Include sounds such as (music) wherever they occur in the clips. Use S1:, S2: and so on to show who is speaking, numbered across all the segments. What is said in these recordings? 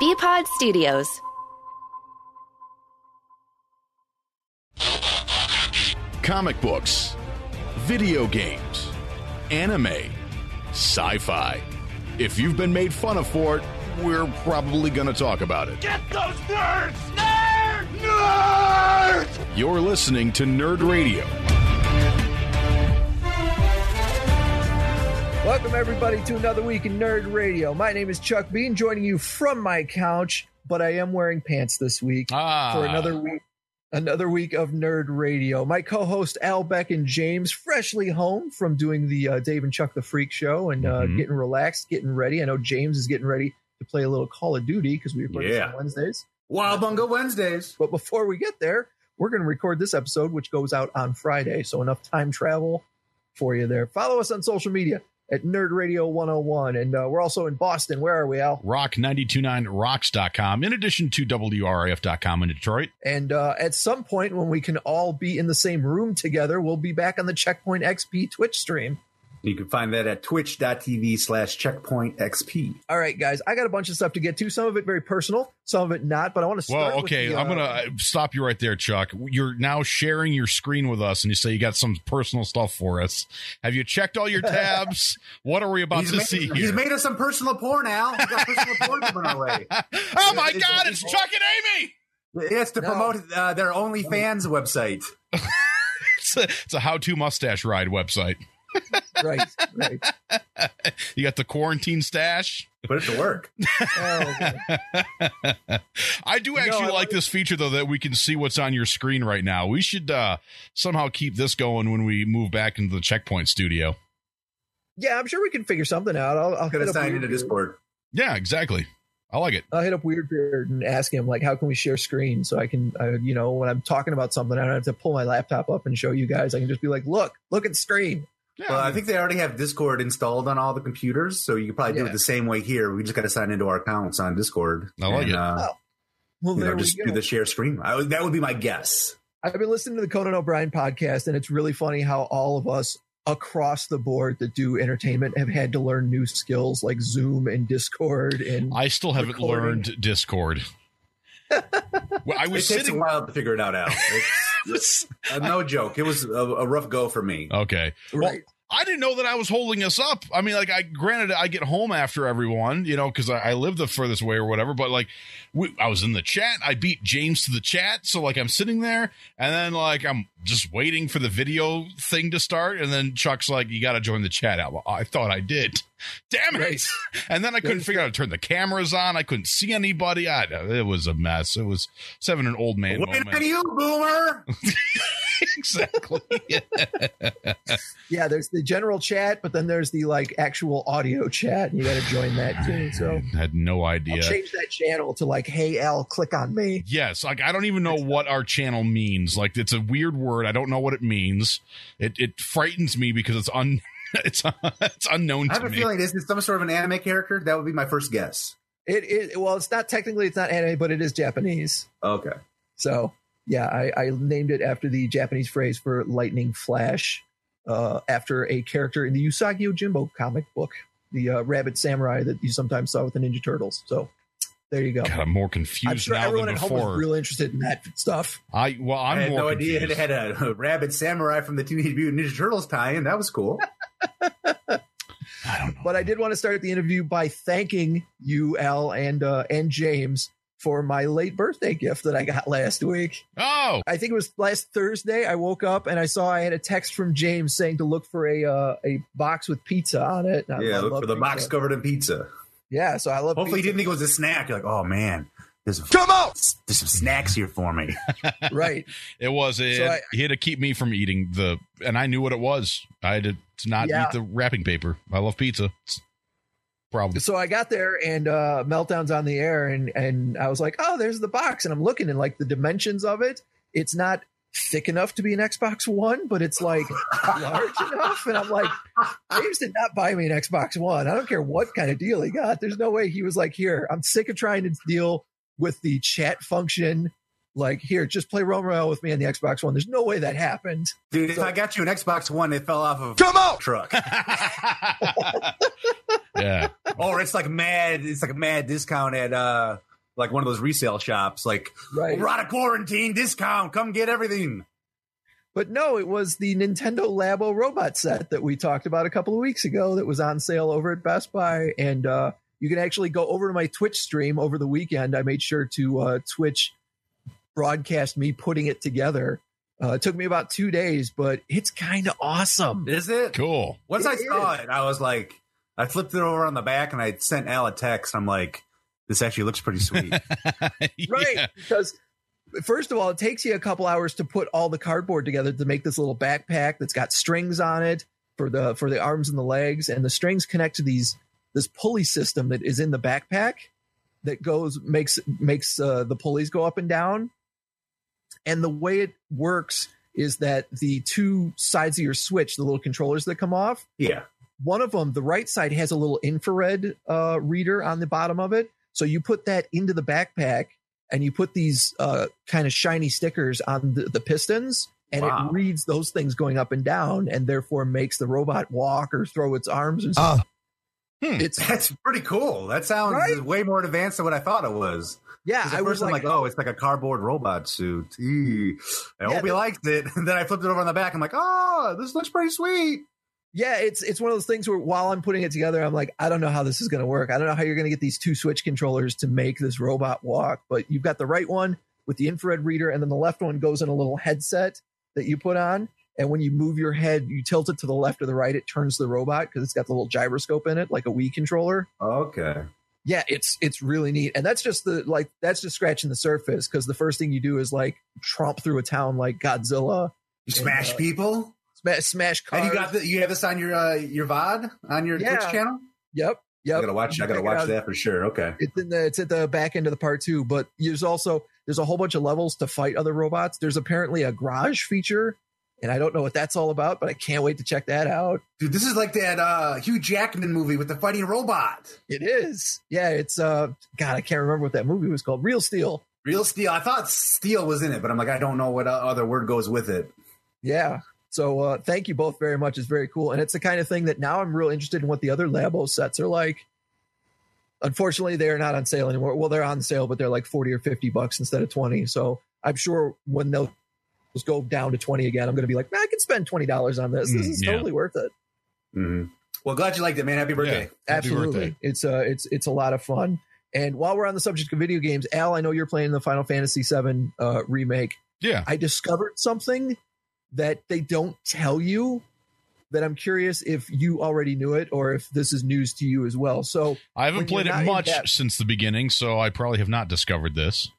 S1: Bpod Studios.
S2: comic books, video games, anime, sci fi. If you've been made fun of for it, we're probably going to talk about it.
S3: Get those nerds! Nerd! Nerds!
S2: You're listening to Nerd Radio.
S4: Welcome, everybody, to another week in Nerd Radio. My name is Chuck Bean, joining you from my couch, but I am wearing pants this week
S5: Ah.
S4: for another week. Another week of Nerd Radio. My co-host Al Beck and James, freshly home from doing the uh, Dave and Chuck the Freak Show and uh,
S5: Mhm.
S4: getting relaxed, getting ready. I know James is getting ready to play a little Call of Duty because we record this
S6: Yeah.
S4: on Wednesdays.
S6: Wild Bungo Wednesdays.
S4: But before we get there, we're going to record this episode, which goes out on Friday. So enough time travel for you there. Follow us on social media at Nerd Radio 101. And uh, we're also in Boston. Where are we, Al?
S5: Rock929rocks.com, in addition to WRAF.com in Detroit.
S4: And uh, at some point when we can all be in the same room together, we'll be back on the Checkpoint XP Twitch stream.
S6: You can find that at twitch.tv slash checkpoint XP.
S4: All right, guys, I got a bunch of stuff to get to. Some of it very personal, some of it not. But I want to start.
S5: Well,
S4: with
S5: okay,
S4: the,
S5: I'm
S4: uh,
S5: going to stop you right there, Chuck. You're now sharing your screen with us, and you say you got some personal stuff for us. Have you checked all
S4: (laughs)
S5: your tabs? what are we about
S6: He's
S5: to
S6: made,
S5: see here?
S6: he's made us some personal porn, Al. He's got personal
S5: (laughs)
S6: porn coming our way.
S5: oh, my
S6: It's-
S5: God, it's
S6: it's-
S5: Chuck and Amy!
S6: It's to
S4: No.
S6: promote uh, their OnlyFans website.
S5: It's a, it's a how-to mustache ride website.
S4: (laughs) Right, right.
S5: You got the quarantine stash.
S6: Put it
S5: (laughs)
S6: to work.
S4: Oh, okay.
S5: I do
S4: No,
S5: actually
S4: I
S5: like,
S4: like-
S5: this feature though that we can see what's on your screen right now. We should uh somehow keep this going when we move back into the checkpoint studio.
S4: Yeah, I'm sure we can figure something out. I'll, I'll
S6: Could
S4: hit
S6: have
S4: up
S6: signed
S4: Weird
S6: into
S4: Beard.
S6: Discord.
S5: Yeah, exactly. I like it.
S4: I'll hit up Weirdbeard and ask him like, how can we share screen so I can, I, you know, when I'm talking about something, I don't have to pull my laptop up and show you guys. I can just be like, look, look at the screen.
S5: Yeah.
S6: Well, I think they already have Discord installed on all the computers, so you could probably do
S4: Yeah.
S6: it the same way here. We just got to sign into our accounts on Discord.
S5: I like
S6: and,
S5: it.
S6: Uh,
S4: Well,
S6: you
S4: Oh, there
S6: know, just
S4: we
S6: do
S4: go.
S6: the share screen. I, would- that would be my guess.
S4: I've been listening to the Conan O'Brien podcast, and it's really funny how all of us across the board that do entertainment have had to learn new skills like Zoom and Discord. And
S5: I still haven't
S4: Recording.
S5: learned
S6: (laughs)
S5: Discord. well, I
S6: It
S5: was
S6: takes a
S5: sitting
S6: while to figure it
S5: (laughs)
S6: out, Al. It's, uh, no joke. It was a, a rough go for me.
S5: Okay. Well,
S4: Right.
S5: I didn't know that I was holding us up. I mean, like, I granted I get home after everyone, you know, because I, I live the furthest way or whatever. But like, we, I was in the chat. I beat James to the chat, so like, I'm sitting there, and then like, I'm just waiting for the video thing to start, and then Chuck's like, "You got to join the chat." I, I thought I did. (laughs) Damn it!
S4: Right.
S5: And then I couldn't figure out how to turn the cameras on. I couldn't see anybody. I, it was a mess. It was seven an old man
S6: Wait
S5: moment.
S6: on you, Boomer.
S5: (laughs) exactly.
S4: yeah, there's the general chat, but then there's the like actual audio chat, and you got to join that too. So.
S5: I had no
S4: I'll
S5: idea.
S4: change that channel to like, hey Al, click on me.
S5: Yes, like I don't even know what our channel means. Like it's a weird word. I don't know what it means. It it frightens me because it's un (laughs) it's it's unknown
S6: I have
S5: to
S6: a
S5: me.
S6: feeling this is some sort of an anime character. That would be my first guess.
S4: It is well, it's not technically it's not anime, but it is Japanese.
S6: Okay.
S4: So yeah, I, I named it after the Japanese phrase for lightning flash, uh, after a character in the Usagi Ojimbo comic book, the uh, rabbit samurai that you sometimes saw with the Ninja Turtles. So there you go.
S5: God, I'm more
S4: I'm
S5: confused
S4: sure
S5: now
S4: everyone
S5: than
S4: at home is
S5: before.
S4: real interested in that stuff.
S5: I well, I'm
S6: i had
S5: more
S6: no
S5: confused.
S6: idea it had a, (laughs) a rabbit samurai from the Teenage Mutant Ninja Turtles tie-in. That was cool.
S5: I don't know.
S4: But I did want to start the interview by thanking you, Al, and uh, and James for my late birthday gift that I got last week.
S5: Oh,
S4: I think it was last Thursday. I woke up and I saw I had a text from James saying to look for a uh, a box with pizza on it. And I- I
S6: yeah,
S4: love
S6: look for the box
S4: pizza.
S6: covered in pizza.
S4: Yeah, so I love.
S6: Hopefully, you
S4: pizza.
S6: didn't think it was a snack. You're like, oh man, there's come out. There's some snacks here for me.
S4: right.
S5: it was it.
S4: I-
S5: he had to keep me from eating the, and I knew what it was. I had to, to not
S4: Yeah.
S5: eat the wrapping paper. I love pizza. It's a (laughs) problem.
S4: So I got there and uh, meltdown's on the air, and and I was like, oh, there's the box, and I'm looking and like the dimensions of it. It's not thick enough to be an Xbox One, but it's like large enough, and I'm like, James did not buy me an Xbox One. I don't care what kind of deal he got. There's no way he was like, here, I'm sick of trying to deal with the chat function. Like, here, just play Rome Royale with me on the Xbox One. There's no way that happened.
S6: Dude, if
S4: So-
S6: I got you an Xbox One, it fell off of come out truck.
S5: yeah.
S6: or it's like mad. It's like a mad discount at uh like one of those resale shops, like
S4: Right.
S6: we're out of quarantine discount. Come get everything.
S4: But no, it was the Nintendo Labo robot set that we talked about a couple of weeks ago that was on sale over at Best Buy. And uh, you can actually go over to my Twitch stream over the weekend. I made sure to uh, Twitch broadcast me putting it together. Uh, it took me about two days, but it's kind of awesome.
S6: Is it?
S5: Cool. (laughs)
S6: Once I
S4: It
S6: saw it, I was like, I flipped it over on the back and I sent Al a text. I'm like, this actually looks pretty (laughs) sweet.
S5: (laughs)
S4: right
S5: Yeah.
S4: because first of all it takes you a couple hours to put all the cardboard together to make this little backpack that's got strings on it for the for the arms and the legs and the strings connect to these this pulley system that is in the backpack that goes makes makes uh, the pulleys go up and down and the way it works is that the two sides of your switch the little controllers that come off
S6: yeah.
S4: one of them, the right side has a little infrared uh, reader on the bottom of it. So you put that into the backpack and you put these uh, kind of shiny stickers on the, the pistons and
S6: Wow.
S4: it reads those things going up and down and therefore makes the robot walk or throw its arms and stuff.
S5: Hmm.
S4: It's
S6: (laughs) That's pretty cool. That sounds
S4: Right?
S6: way more advanced than what I thought it was.
S4: yeah,
S6: 'Cause At
S4: I
S6: first,
S4: was
S6: I'm
S4: like,
S6: like, oh, it's like a cardboard robot suit. Eee. I
S4: Yeah,
S6: hope he
S4: that-
S6: likes it. (laughs) And then I flipped it over on the back. I'm like, oh, this looks pretty sweet.
S4: yeah, it's it's one of those things where while I'm putting it together, I'm like, I don't know how this is going to work. I don't know how you're going to get these two switch controllers to make this robot walk. But you've got the right one with the infrared reader, and then the left one goes in a little headset that you put on. And when you move your head, you tilt it to the left or the right, it turns the robot because it's got the little gyroscope in it, like a Wii controller
S6: Okay.
S4: yeah it's it's really neat and that's just the like that's just scratching the surface because the first thing you do is like tromp through a town like godzilla
S6: You smash
S4: Yeah.
S6: people.
S4: smash, smash uh, cars.
S6: And you got the, you have this on your uh, your VOD on your
S4: Yeah.
S6: Twitch channel.
S4: yep
S6: I
S4: yep
S6: gotta watch. I gotta
S4: Check it
S6: watch
S4: out.
S6: that for sure. Okay.
S4: it's in the it's at the back end of the part two but there's also there's a whole bunch of levels to fight other robots there's apparently a garage feature and i don't know what that's all about but i can't wait to check that out
S6: Dude, this is like that uh, Hugh Jackman movie with the fighting robot.
S4: it is yeah it's uh god i can't remember what that movie was called real steel
S6: Real steel. I thought steel was in it, but I'm like, I don't know what o- other word goes with it.
S4: Yeah. So uh, thank you both very much. It's very cool, and it's the kind of thing that now I'm real interested in what the other Labo sets are like. Unfortunately, they are not on sale anymore. Well, they're on sale, but they're like forty or fifty bucks instead of twenty. So I'm sure when they'll just go down to twenty again, I'm going to be like, man, I can spend twenty dollars on this. This
S5: Mm,
S4: is
S5: yeah.
S4: totally worth it.
S6: Mm-hmm. Well, glad you liked it, man. Happy birthday.
S5: Happy
S4: Absolutely,
S5: birthday.
S4: it's uh, it's it's a lot of fun. And while we're on the subject of video games, Al, I know you're playing the Final Fantasy VII uh, remake.
S5: Yeah.
S4: I discovered something that they don't tell you that I'm curious if you already knew it or if this is news to you as well. So,
S5: I
S4: When
S5: haven't
S4: you're
S5: played
S4: not
S5: it
S4: in
S5: much
S4: depth-
S5: since the beginning, so I probably have not discovered this.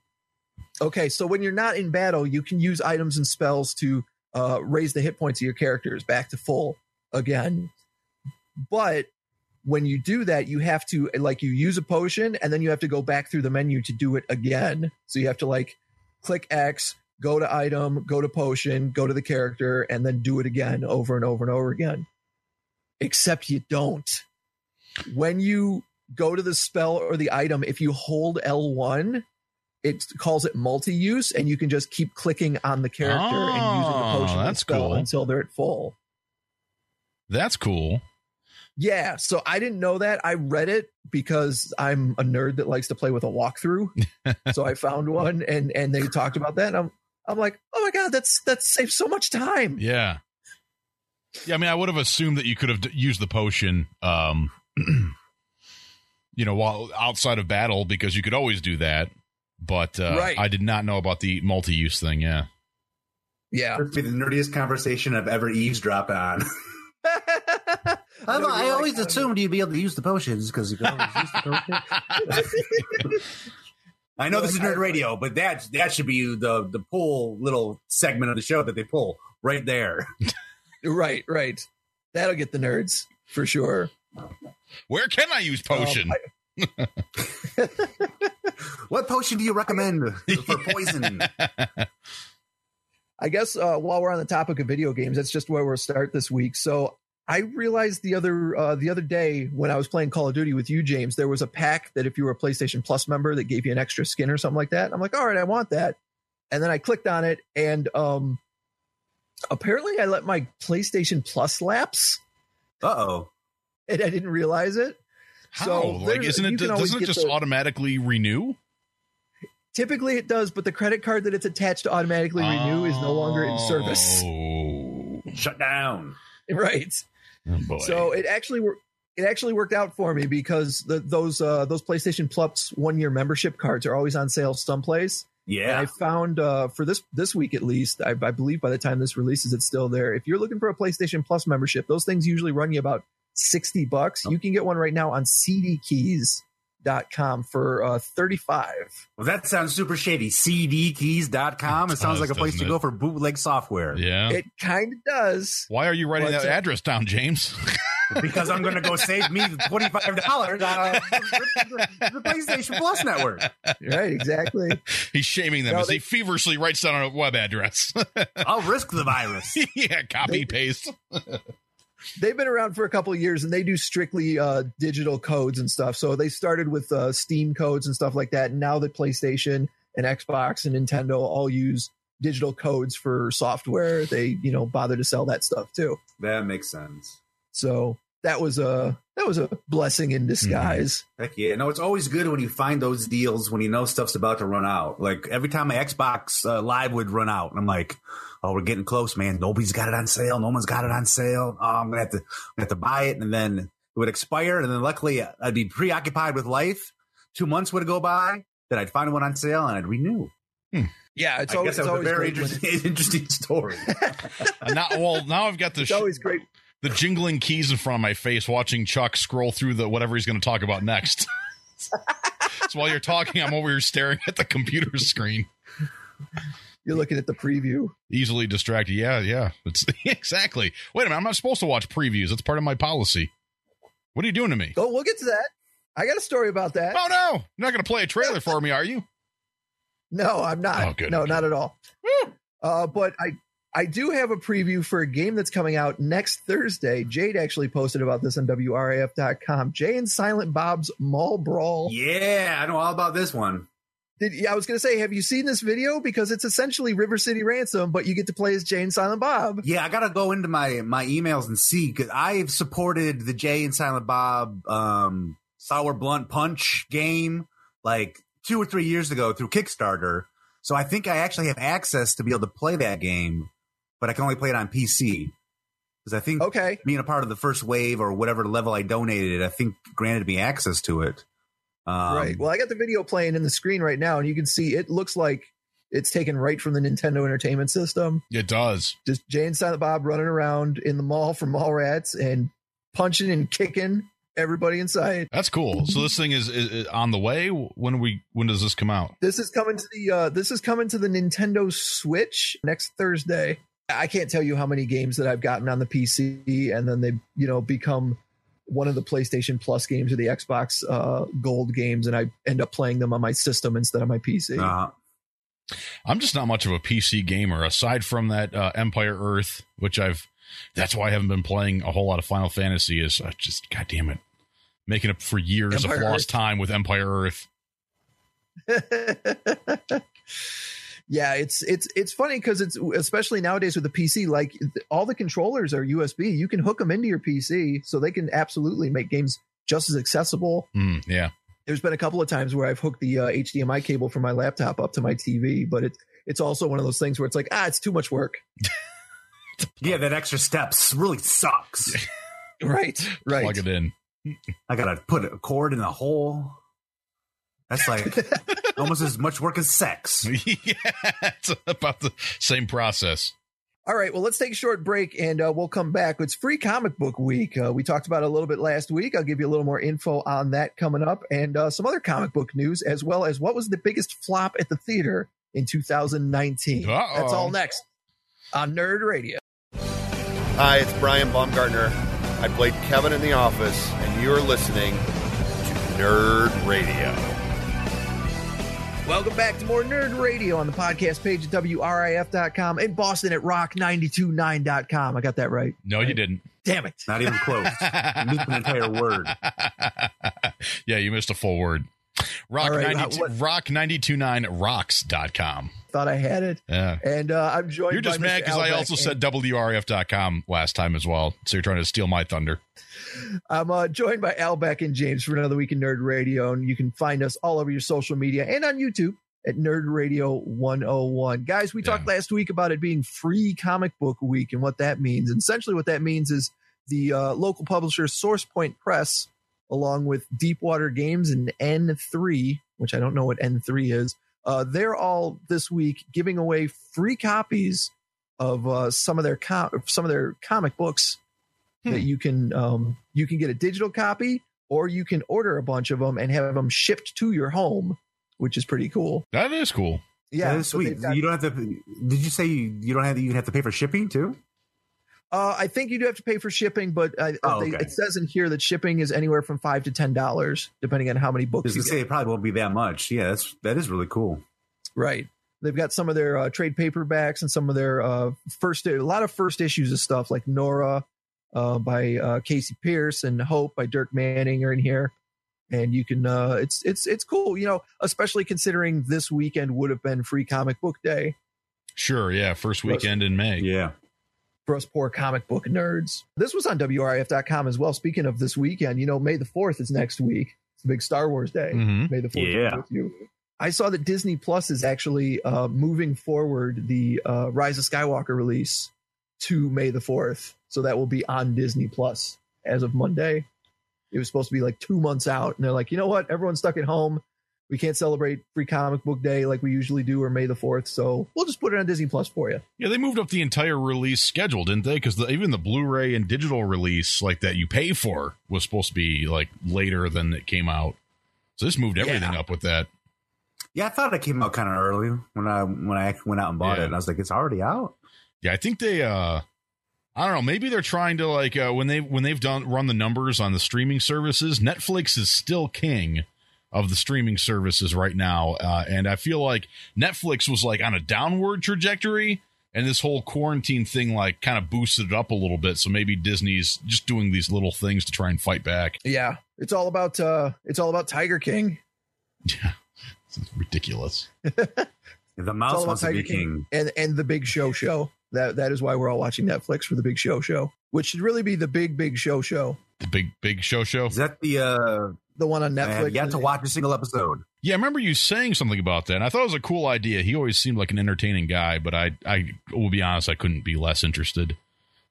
S4: okay, so when you're not in battle, you can use items and spells to uh, raise the hit points of your characters back to full again. But when you do that, you have to, like, you use a potion and then you have to go back through the menu to do it again. So you have to, like, click X, go to item, go to potion, go to the character, and then do it again over and over and over again. Except you don't. When you go to the spell or the item, if you hold L1, it calls it multi use, and you can just keep clicking on the character and using
S5: Oh,
S4: the potion or
S5: that's
S4: spell
S5: cool.
S4: until they're at full.
S5: That's cool.
S4: Yeah, so I didn't know that. I read it because I'm a nerd that likes to play with a walkthrough. so I found one and and they talked about that. And I'm I'm like, oh my god, that's that saves so much time.
S5: Yeah. Yeah, I mean, I would have assumed that you could have d- used the potion, um, (clears throat) you know, while outside of battle because you could always do that. But uh,
S4: Right.
S5: I did not know about the multi-use thing.
S4: (laughs)
S5: Yeah,
S4: Yeah. (laughs)
S6: This would be the nerdiest conversation I've ever eavesdropped (laughs) on.
S4: I'm gonna be like,
S6: you'd be able to use the potions because you can always use the potions. (laughs) I know this is nerd radio, but that that should be the the pull little segment of the show that they pull right there.
S4: um, right, right. That'll get the nerds for sure.
S5: where can I use
S4: Um,
S5: potion?
S4: I-
S6: (laughs) What potion do you recommend (laughs) for poison?
S5: (laughs)
S4: I guess uh, while we're on the topic of video games, that's just where we'll start this week. So I realized the other uh, the other day when I was playing Call of Duty with you, James, there was a pack that if you were a PlayStation Plus member that gave you an extra skin or something like that. And I'm like, all right, I want that. And then I clicked on it, and um, apparently I let my PlayStation Plus lapse,
S6: Uh oh.
S4: and I didn't realize it.
S5: How?
S4: So
S5: like,
S4: there's-
S5: isn't
S4: you
S5: it
S4: can
S5: doesn't
S4: always
S5: it
S4: get
S5: just
S4: the-
S5: automatically renew?
S4: Typically it does, but the credit card that it's attached to automatically renew is no longer in service.
S5: Oh,
S6: Shut down.
S4: (laughs) Right.
S5: boy.
S4: So it actually wor- it actually worked out for me because the, those uh, those PlayStation Plus one year membership cards are always on sale someplace. And
S6: Yeah.
S4: I found uh, for this this week at least, I, I believe by the time this releases, it's still there. If you're looking for a PlayStation Plus membership, those things usually run you about sixty bucks. You can get one right now on CDKeys.com for uh, thirty five.
S6: Well, that sounds super shady. CDkeys.com. It sounds like a
S5: does,
S6: place to
S5: doesn't
S6: go
S5: it?
S6: for bootleg software.
S5: yeah.
S4: It kind of does.
S5: Why are you writing
S4: What's
S5: that
S4: up?
S5: address down, James? (laughs)
S6: Because I'm going to go save me $25 on
S4: (laughs)
S6: a, the PlayStation Plus network.
S4: Right, exactly.
S5: He's shaming them
S4: No,
S5: as
S4: they-
S5: he feverishly writes down a web address. (laughs)
S6: I'll risk the virus.
S5: yeah, copy
S4: (laughs)
S5: paste.
S4: they've been around for a couple of years and they do strictly uh, digital codes and stuff. So they started with uh, Steam codes and stuff like that. And now that PlayStation and Xbox and Nintendo all use digital codes for software, they you know bother to sell that stuff too.
S6: That makes sense.
S4: So that was a that was a blessing
S6: Mm-hmm.
S4: in disguise.
S6: Heck yeah. No, it's always good when you find those deals when you know stuff's about to run out. Like every time my Xbox uh, Live would run out, and I'm like, oh, we're getting close, man. Nobody's got it on sale. No one's got it on sale. Oh, I'm going to have to I'm gonna have to buy it. And then it would expire. And then luckily, uh, I'd be preoccupied with life. Two months would go by. Then I'd find one on sale and I'd renew.
S4: Yeah, it's
S6: I
S4: always,
S6: guess
S4: it's
S6: that was a
S4: always
S6: very
S4: great when-
S6: interesting, (laughs) interesting story.
S5: And Uh, now, well, now I've got the
S4: it's
S5: sh-
S4: always great.
S5: the jingling keys in front of my face, watching Chuck scroll through the whatever he's going to talk about next. (laughs) so while you're talking, I'm over here staring at the computer screen,
S4: You're looking at the preview.
S5: easily distracted. Yeah, yeah, it's (laughs) exactly. Wait a minute, I'm not supposed to watch previews. That's part of my policy. What are you doing to me?
S4: Oh, we'll get to that. I got a story about that.
S5: Oh no, you're not going to play a trailer for me, are you?
S4: No, I'm not.
S5: Oh, good,
S4: no,
S5: okay.
S4: not at all. Uh, but I I do have a preview for a game that's coming out next Thursday. Jade actually posted about this on WRAF.com. Jay and Silent Bob's Mall Brawl.
S6: yeah, I know all about this one.
S4: Did, yeah, I was going to say, have you seen this video? Because it's essentially River City Ransom, but you get to play as Jay and Silent Bob.
S6: Yeah, I gotta go into my my emails and see because I've supported the Jay and Silent Bob um, Sour Blunt Punch game like two or three years ago through Kickstarter. So I think I actually have access to be able to play that game, but I can only play it on PC because I
S5: Hmm.
S6: think
S4: Okay.
S6: being a part of the first wave or whatever level I donated, I think granted me access to it. Um,
S4: right. Well, I got the video playing in the screen right now, and you can see it looks like it's taken right from the Nintendo Entertainment System.
S5: It does.
S4: Just Jay and Silent Bob running around in the mall for mall rats and punching and kicking everybody inside.
S5: That's cool. So this thing is, is, is on the way. When we when does this come out?
S4: This is coming to the uh, this is coming to the Nintendo Switch next Thursday. I can't tell you how many games that I've gotten on the PC, and then they you know become one of the PlayStation Plus games or the Xbox uh, Gold games, and I end up playing them on my system instead of my PC.
S6: uh,
S5: I'm just not much of a PC gamer aside from that uh, Empire Earth, which I've. That's why I haven't been playing a whole lot of Final Fantasy. Is I just God damn it, making up for years of
S4: Empire
S5: lost
S4: Earth.
S5: time with Empire Earth.
S4: (laughs) yeah, it's it's it's funny because it's especially nowadays with the PC, like all the controllers are USB. You can hook them into your PC, so they can absolutely make games just as accessible
S5: Mm, yeah,
S4: there's been a couple of times where I've hooked the uh, HDMI cable from my laptop up to my TV, but it, it's also one of those things where it's like, ah, it's too much work.
S6: yeah, that extra steps really sucks.
S4: Right, right.
S5: plug it in. (laughs)
S6: I gotta put a cord in a hole.
S4: (laughs)
S6: That's like almost as much work as sex.
S5: yeah, it's about the same process.
S4: All right, well, let's take a short break and uh, we'll come back. It's free comic book week. Uh, we talked about it a little bit last week. I'll give you a little more info on that coming up and uh, some other comic book news, as well as what was the biggest flop at the theater in 2019.
S5: Uh-oh.
S4: That's all next on Nerd Radio.
S1: Hi, it's Brian Baumgartner. I played Kevin in The Office, and you're listening to Nerd Radio.
S4: Welcome back to more Nerd Radio on the podcast page at WRIF.com and Boston at rock929.com. I got that right.
S5: No, you didn't. (laughs)
S4: Damn it.
S6: Not even close. Missed an entire word.
S5: yeah, you missed a full word. Rock
S4: All right,
S5: ninety two
S4: what-
S5: rock ninety two nine rocks.com.
S4: Thought I had it.
S5: Yeah.
S4: And uh, I'm joined
S5: You're just
S4: by
S5: mad
S4: Mr.
S5: because I
S4: Albeck,
S5: also said
S4: and
S5: WRF.com last time as well. So you're trying to steal my thunder.
S4: I'm uh, joined by Al Beck and James for another week in Nerd Radio. And you can find us all over your social media and on YouTube at Nerd Radio 101. Guys, we talked last week about it being free comic book week and what that means. And essentially, what that means is the uh, local publisher SourcePoint Press, along with Deepwater Games and N3, which I don't know what N3 is, uh, they're all this week giving away free copies of uh, some of their com- some of their comic books that you can um, you can get a digital copy or you can order a bunch of them and have them shipped to your home, which is pretty cool.
S5: That is cool.
S6: Yeah,
S4: Yeah,
S6: that's
S4: so
S6: sweet.
S4: they've got-
S6: you don't have to. Did you say you, you don't have to even have to pay for shipping too?
S4: Uh, I think you do have to pay for shipping, but I,
S6: Oh,
S4: they,
S6: okay.
S4: it says in here that shipping is anywhere from five to ten dollars, depending on how many books
S6: Just
S4: you
S6: to
S4: get.
S6: say, it probably won't be that much. Yeah, that's that is really cool.
S4: Right. They've got some of their uh, trade paperbacks and some of their uh, first, a lot of first issues of stuff like Nora uh, by uh, Casey Pierce and Hope by Dirk Manning are in here. And you can, uh, it's it's it's cool, you know, especially considering this weekend would have been Free Comic Book Day
S5: Sure. Yeah. First
S4: That's-
S5: weekend in May.
S6: Yeah,
S4: for us poor comic book nerds. This was on WRIF.com as well. Speaking of this weekend, you know, May the Fourth is next week. It's the big Star Wars Day.
S5: hmm
S4: May the fourth be
S6: Yeah.
S4: with you. I saw that Disney Plus is actually uh, moving forward the uh, Rise of Skywalker release to May the fourth, so that will be on Disney Plus as of Monday. It was supposed to be like two months out, and they're like, you know what? Everyone's stuck at home. We can't celebrate Free Comic Book Day like we usually do, or May the fourth. So we'll just put it on Disney Plus for you.
S5: Yeah. They moved up the entire release schedule, didn't they? Because the, even the Blu-ray and digital release, like that you pay for, was supposed to be like later than it came out. So this moved everything up with that.
S6: yeah. I thought it came out kind of early when I when I went out and bought
S5: Yeah.
S6: it, and I was like, it's already out.
S5: Yeah, I think they uh I don't know, maybe they're trying to like uh when they when they've done run the numbers on the streaming services, Netflix is still king of the streaming services right now. Uh and I feel like Netflix was like on a downward trajectory and this whole quarantine thing like kind of boosted it up a little bit. So maybe Disney's just doing these little things to try and fight back.
S4: Yeah, it's all about uh, it's all about Tiger King.
S5: It's ridiculous.
S6: The
S4: It's all
S6: mouse
S4: about
S6: wants to
S4: Tiger
S6: be
S4: King.
S6: king.
S4: and and the Big Show show. That that is why we're all watching Netflix for the Big Show show, which should really be the Big Big Show show,
S5: The big big show show.
S6: Is that the uh?
S4: the one on
S6: I
S4: Netflix.
S6: have yet to watch a single episode.
S5: Yeah, I remember you saying something about that. And I thought it was a cool idea. He always seemed like an entertaining guy, but I I will be honest, I couldn't be less interested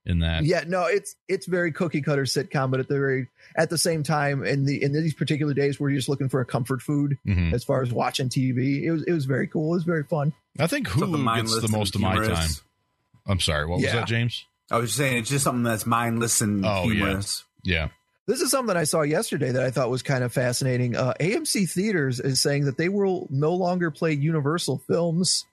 S5: in that.
S4: Yeah, no, it's it's very cookie cutter sitcom, but at the very at the same time, in the in these particular days where you're just looking for a comfort food
S5: Mhm.
S4: as far as watching TV, it was it was very cool. It was very fun.
S5: I think
S6: Something
S5: Hulu gets
S6: mindless
S5: the
S6: and
S5: most of my
S6: humorous.
S5: time. I'm sorry, what was
S4: Yeah.
S5: that, James?
S6: I was just saying it's just something that's mindless and
S5: Oh, yeah.
S6: humorous.
S5: Yeah.
S4: This is something I saw yesterday that I thought was kind of fascinating. Uh, AMC Theaters is saying that they will no longer play Universal films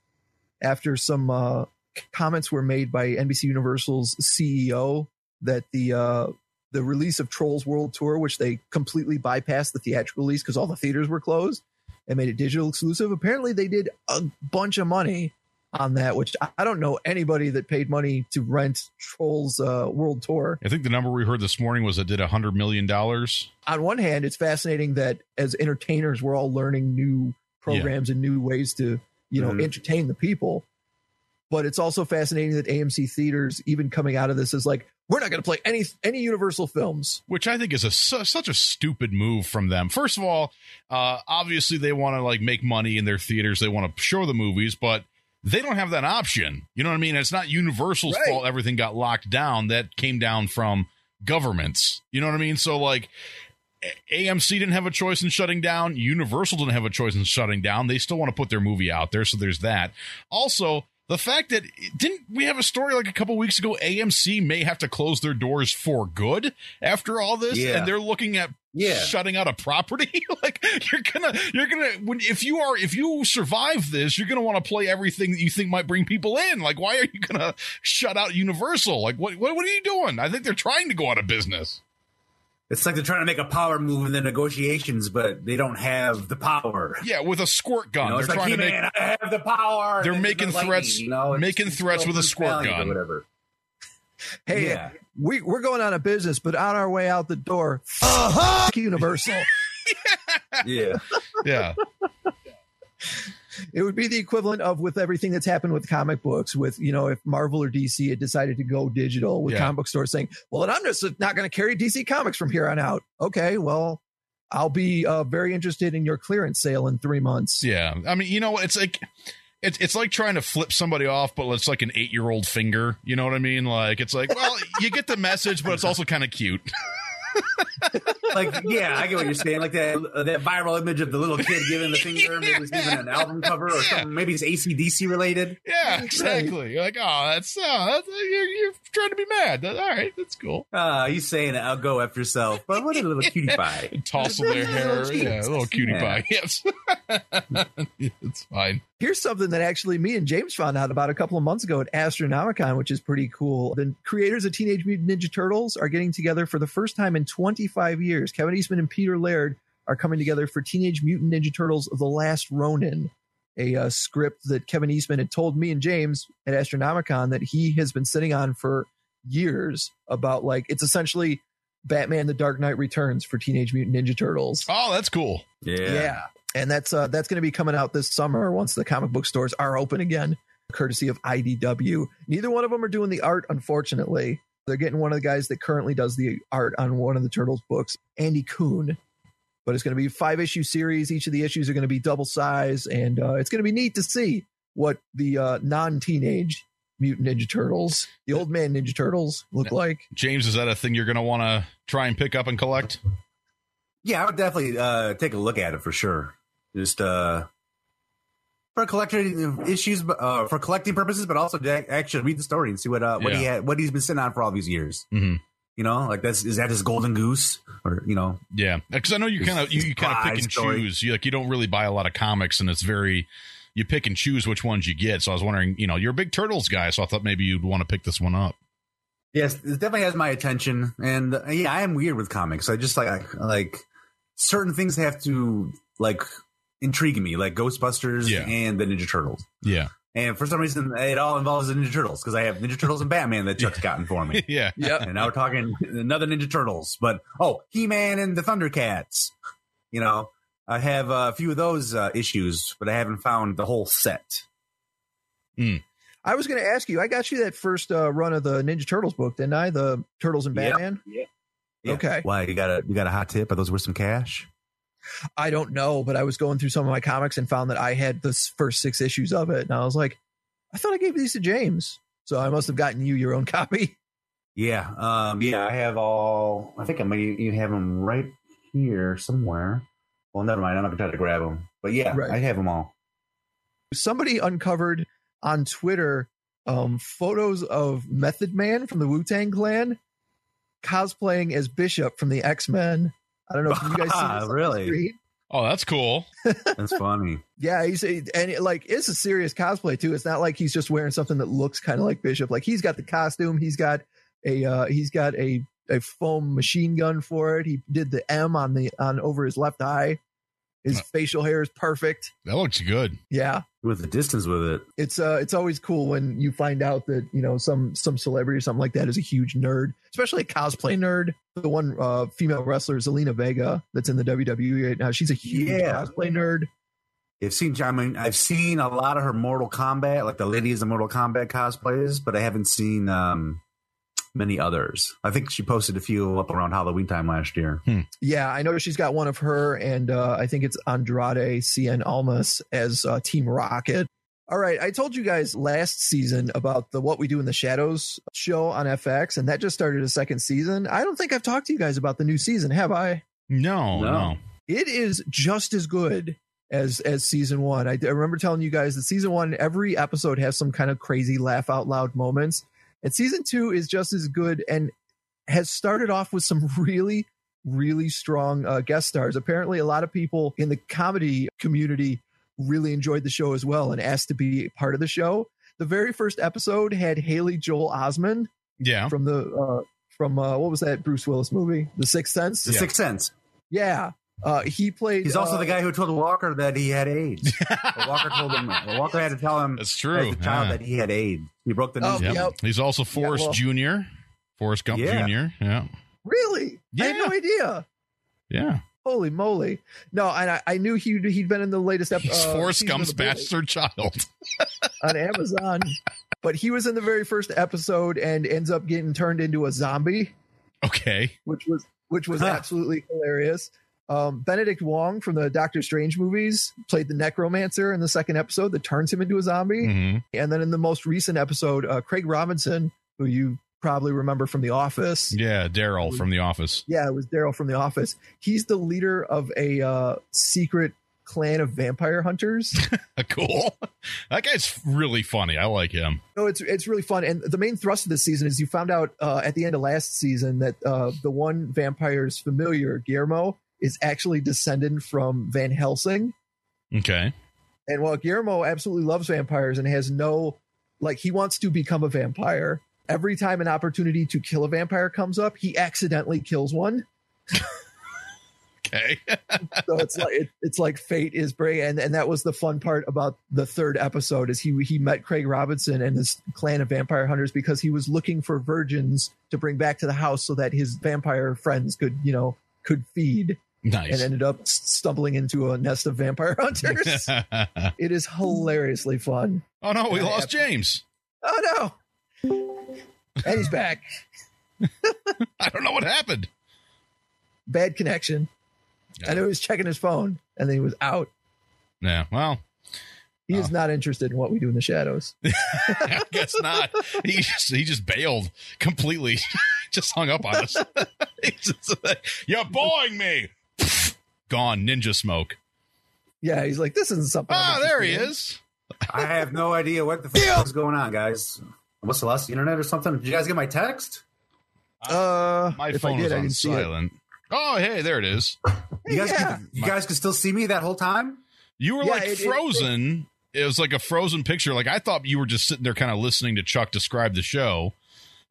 S4: after some uh, c- comments were made by NBC Universal's CEO that the uh, the release of Trolls World Tour, which they completely bypassed the theatrical release because all the theaters were closed and made it digital exclusive. Apparently, they did a bunch of money on that, which I- I don't know anybody that paid money to rent Trolls uh, World Tour
S5: I think the number we heard this morning was it did a hundred million dollars.
S4: on one hand, it's fascinating that as entertainers, we're all learning new programs and new ways to, you know,
S6: Mhm.
S4: entertain the people. But it's also fascinating that AMC theaters, even coming out of this, is like, we're not going to play any any Universal films.
S5: which I think is a su- such a stupid move from them. First of all, uh, obviously they want to like make money in their theaters. They want to show the movies, but they don't have that option. You know what I mean? It's not Universal's
S4: Right.
S5: fault everything got locked down. That came down from governments. You know what I mean? So like. A- AMC didn't have a choice in shutting down. Universal didn't have a choice in shutting down. They still want to put their movie out there, so there's that. Also, the fact that didn't we have a story like a couple weeks ago? AMC may have to close their doors for good after all this,
S6: Yeah.
S5: and they're looking at
S6: Yeah.
S5: shutting out a property. (laughs) like you're gonna, you're gonna, when, if you are, if you survive this, you're gonna want to play everything that you think might bring people in. Like, why are you gonna shut out Universal? Like, what, what, what are you doing? I think they're trying to go out of business.
S6: It's like they're trying to make a power move in the negotiations, but they don't have the power.
S5: Yeah, with a squirt gun,
S6: You know,
S5: they're
S6: it's
S5: trying to
S6: like,
S5: make.
S6: He-Man, I have the power.
S5: They're
S6: and then
S5: making
S6: the lightning,
S5: threats-
S6: you know, it's-
S5: making
S6: it's
S5: threats with a
S6: self-propelled
S5: squirt
S6: or
S5: gun.
S6: whatever.
S4: Hey,
S6: Yeah.
S4: we, we're going out of business, but on our way out the door, uh Universal.
S6: Yeah.
S5: Yeah,
S4: It would be the equivalent of with everything that's happened with comic books, with you know, if Marvel or DC had decided to go digital with
S5: Yeah.
S4: comic book stores saying, Well, then I'm just not gonna carry DC comics from here on out. Okay, well, I'll be uh, very interested in your clearance sale in three months.
S5: Yeah, I mean, you know, it's like it's it's like trying to flip somebody off, but it's like an eight year old finger. You know what I mean? Like it's like, well, you get the message, but it's also kind of cute.
S6: Like, yeah, I get what you're saying. Like that that viral image of the little kid giving the finger, maybe it's
S5: (laughs)
S6: even an album cover or something. Maybe it's ACDC related.
S5: Yeah, exactly. You're like, oh, that's, uh, that's you're, you're trying to be mad. That- all right, that's cool.
S6: Uh, he's saying, I'll go F yourself. But what a little
S5: (laughs)
S6: cutie pie.
S5: Toss them their hair. Yeah, a little cutie
S6: Yeah.
S5: pie. (laughs) Yes, it's fine.
S4: Here's something that actually me and James found out about a couple of months ago at Astronomicon, which is pretty cool. The creators of Teenage Mutant Ninja Turtles are getting together for the first time in 25 years. Kevin Eastman and Peter Laird are coming together for Teenage Mutant Ninja Turtles The Last Ronin, a uh, script that Kevin Eastman had told me and James at Astronomicon that he has been sitting on for years about like it's essentially Batman the Dark Knight Returns for Teenage Mutant Ninja Turtles.
S5: Oh, that's cool.
S6: Yeah.
S4: Yeah. And that's uh that's going to be coming out this summer once the comic book stores are open again, courtesy of IDW. Neither one of them are doing the art unfortunately. They're getting one of the guys that currently does the art on one of the Turtles books, Andy Kuhn. But it's going to be five issue series. Each of the issues are going to be double size and uh, it's going to be neat to see what the uh, non-teenage mutant ninja turtles, the old man ninja turtles look like.
S5: James, is that a thing you're going to want to try and pick up and collect?
S6: Yeah, I would definitely uh, take a look at it for sure. Just uh, for collector issues, but, uh, for collecting purposes, but also to ac- actually read the story and see what uh, what he had, what he's been sitting on for all these years.
S5: Mhm.
S6: You know, like that's is that his golden goose or you know?
S5: Yeah, because I know you kind of you, you kind of
S6: Spy
S5: pick and
S6: story.
S5: choose. You like you don't really buy a lot of comics, and it's very you pick and choose which ones you get. So I was wondering, you know, you're a big turtles guy, so I thought maybe you'd want to pick this one up.
S6: Yes, it definitely has my attention, and uh, yeah, I am weird with comics. I just like like certain things have to like intrigue me, like Ghostbusters
S5: Yeah.
S6: and the Ninja Turtles.
S5: Yeah, (laughs)
S6: And for some reason, it all involves the Ninja Turtles because I have Ninja Turtles and Batman that Chuck's gotten for me.
S5: yeah.
S4: Yep.
S6: and now we're talking another Ninja Turtles, but oh, He Man and the Thundercats. You know, I have a few of those uh, issues, but I haven't found the whole set.
S4: I was going to ask you. I got you that first uh, run of the Ninja Turtles book, didn't I? The Turtles and
S6: Yep.
S4: Batman.
S6: Yeah.
S4: Okay.
S6: why you got a you got a hot tip? Are those worth some cash?
S4: I don't know, but I was going through some of my comics and found that I had the s- first six issues of it, and I was like, I thought I gave these to James, so I must have gotten you your own (laughs) copy.
S6: Yeah, um, yeah, I have all. I think I might even have them right here somewhere. Well, never mind. I'm not gonna try to grab them, but yeah,
S4: Right.
S6: I have them all.
S4: Somebody uncovered on Twitter um, photos of Method Man from the Wu Tang Clan cosplaying as Bishop from the X Men. I don't know if Oh, you guys
S6: (laughs)
S4: see this on the
S6: Really?
S4: screen.
S5: Oh, that's cool.
S6: That's funny.
S4: Yeah, he's and it, like it's a serious cosplay too. It's not like he's just wearing something that looks kind of like Bishop. Like he's got the costume, he's got a uh, he's got a a foam machine gun for it. He did the M on the on over his left eye. His
S5: Uh.
S4: facial hair is perfect.
S5: That looks good.
S4: Yeah,
S6: With the distance with it,
S4: it's uh it's always cool when you find out that you know some some celebrity or something like that is a huge nerd, especially a cosplay nerd. The one uh, female wrestler Zelina Vega that's in the WWE right now. She's a huge
S6: Yeah.
S4: cosplay nerd.
S6: I've seen. I mean, I've seen a lot of her Mortal Kombat, like the ladies in Mortal Kombat cosplays, but I haven't seen um, many others. I think she posted a few up around Halloween time last year.
S4: Yeah, I know she's got one of her, and uh, I think it's Andrade CN Almas as uh, Team Rocket. All right, I told you guys last season about the What We Do in the Shadows show on FX, and that just started a second season. I don't think I've talked to you guys about the new season, have I?
S5: No, no,
S6: No.
S4: It is just as good as as season one. I, I remember telling you guys that season one, every episode has some kind of crazy laugh out loud moments, and season two is just as good and has started off with some (laughs) really really strong uh, guest stars. Apparently, a lot of people in the comedy community really enjoyed the show as well and asked to be part of the show. The very first episode had Haley Joel Osment
S5: Yeah,
S4: from the uh, from uh, what was that Bruce Willis movie, The Sixth Sense.
S6: The Sixth Sense.
S4: Yeah. Uh, he played.
S6: He's also
S4: uh,
S6: the guy who told Walker that he had AIDS. But Walker told him. Walker had to tell him
S5: that's
S6: as
S5: true.
S6: a child
S5: Yeah.
S6: that he had AIDS. He broke the
S4: Oh,
S6: news.
S5: Yep.
S4: Yep.
S5: He's also Forrest
S4: well-
S5: Junior. Forrest Gump
S6: Yeah.
S5: Junior. Yeah,
S4: Really? I had
S5: Yeah.
S4: no idea.
S5: yeah.
S4: Holy moly! No, and I, I knew he he'd been in the latest uh, episode.
S5: He's Forrest Gump's bastard child.
S4: (laughs)
S5: (laughs)
S4: on Amazon, but he was in the very first episode and ends up getting turned into a zombie,
S5: Okay.
S4: which was which was
S6: Huh.
S4: absolutely hilarious. Um, Benedict Wong from the Doctor Strange movies played the necromancer in the second episode that turns him into a zombie.
S5: Mhm.
S4: And then in the most recent episode, uh, Craig Robinson, who you probably remember from The Office,
S5: Yeah, Daryl from The Office. (laughs)
S4: yeah, it was Daryl from The Office. He's the leader of a uh, secret clan of vampire hunters.
S5: cool. That guy's really funny. I like him.
S4: no, it's it's really fun. And the main thrust of this season is you found out uh, at the end of last season that uh, the one vampire's familiar Guillermo is actually descended from Van Helsing.
S5: Okay.
S4: And while Guillermo absolutely loves vampires and has no, like, he wants to become a vampire. Every time an opportunity to kill a vampire comes up, he accidentally kills one.
S5: Okay. (laughs)
S4: so it's like it, it's like fate is brave and and that was the fun part about the third episode is he he met craig robinson and his clan of vampire hunters because he was looking for virgins to bring back to the house so that his vampire friends could you know could feed and
S5: Nice.
S4: ended up s- stumbling into a nest of vampire
S5: (laughs)
S4: (laughs) hunters it is hilariously fun
S5: oh no, we
S4: Yeah,
S5: lost James.
S4: oh no and he's back
S5: I don't know what happened.
S4: bad connection i know he was checking his phone and then he was out
S5: Yeah. Well,
S4: he is not interested in what we do in the shadows
S5: I guess not. He just he just bailed completely. (laughs) just hung up on us. (laughs) He's just like, You're boring me. Gone ninja smoke.
S4: Yeah, he's like, this isn't something.
S5: Ah,
S4: I'm
S5: there he
S4: interested in.
S5: is.
S6: I have no idea what the fuck is going on, guys. What's the last internet or something? Did you guys get my text?
S4: Uh,
S5: My
S4: if
S5: phone
S4: I did,
S5: was
S4: I
S5: on
S4: didn't see it.
S5: silent. Oh, hey, there it is.
S6: You guys,
S4: Yeah.
S6: could, you guys could still see me that whole time.
S5: You were
S4: Yeah,
S5: like
S4: it- it-
S5: frozen. It, was like a frozen picture. Like I thought you were just sitting there kind of listening to Chuck describe the show.
S6: (laughs)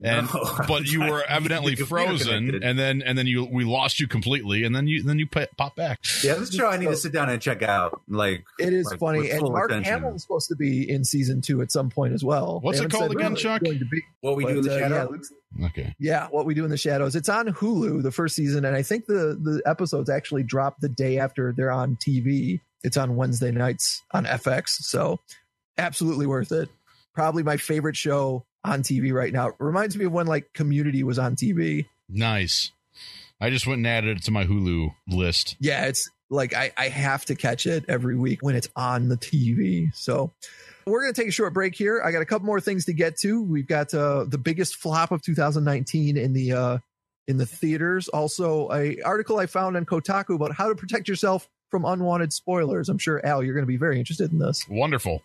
S5: And
S4: (laughs)
S6: No.
S5: but you were evidently
S6: Computer
S5: frozen
S6: connected.
S5: and then and then you we lost you completely and then you then you pa- pop back.
S6: Yeah, this show I need to sit down and check out. Like,
S4: It is
S6: Like,
S4: funny,
S6: with
S4: and
S6: full
S4: Mark
S6: attention.
S4: Hamill's supposed to be in season two at some point as well.
S5: What's
S4: They
S5: it
S4: haven't
S5: called
S4: said
S5: again,
S4: when it's
S5: Chuck?
S4: going to be,
S6: what we do in
S4: but,
S6: the
S4: uh,
S6: shadow.
S4: yeah, it looks-
S5: Okay.
S4: yeah, what we do in the shadows. It's on Hulu, the first season, and I think the the episodes actually drop the day after they're on TV. It's on Wednesday nights on FX, so absolutely worth it. Probably my favorite show on TV right now. It reminds me of when like Community was on TV.
S5: Nice. I just went and added it to my Hulu list.
S4: yeah, it's like I, I have to catch it every week when it's on the TV. So we're going to take a short break here. I got a couple more things to get to. We've got uh, the biggest flop of 2019 in the uh, in the theaters. Also, a article I found on Kotaku about how to protect yourself from unwanted spoilers. I'm sure Al, you're going to be very interested in this.
S5: Wonderful.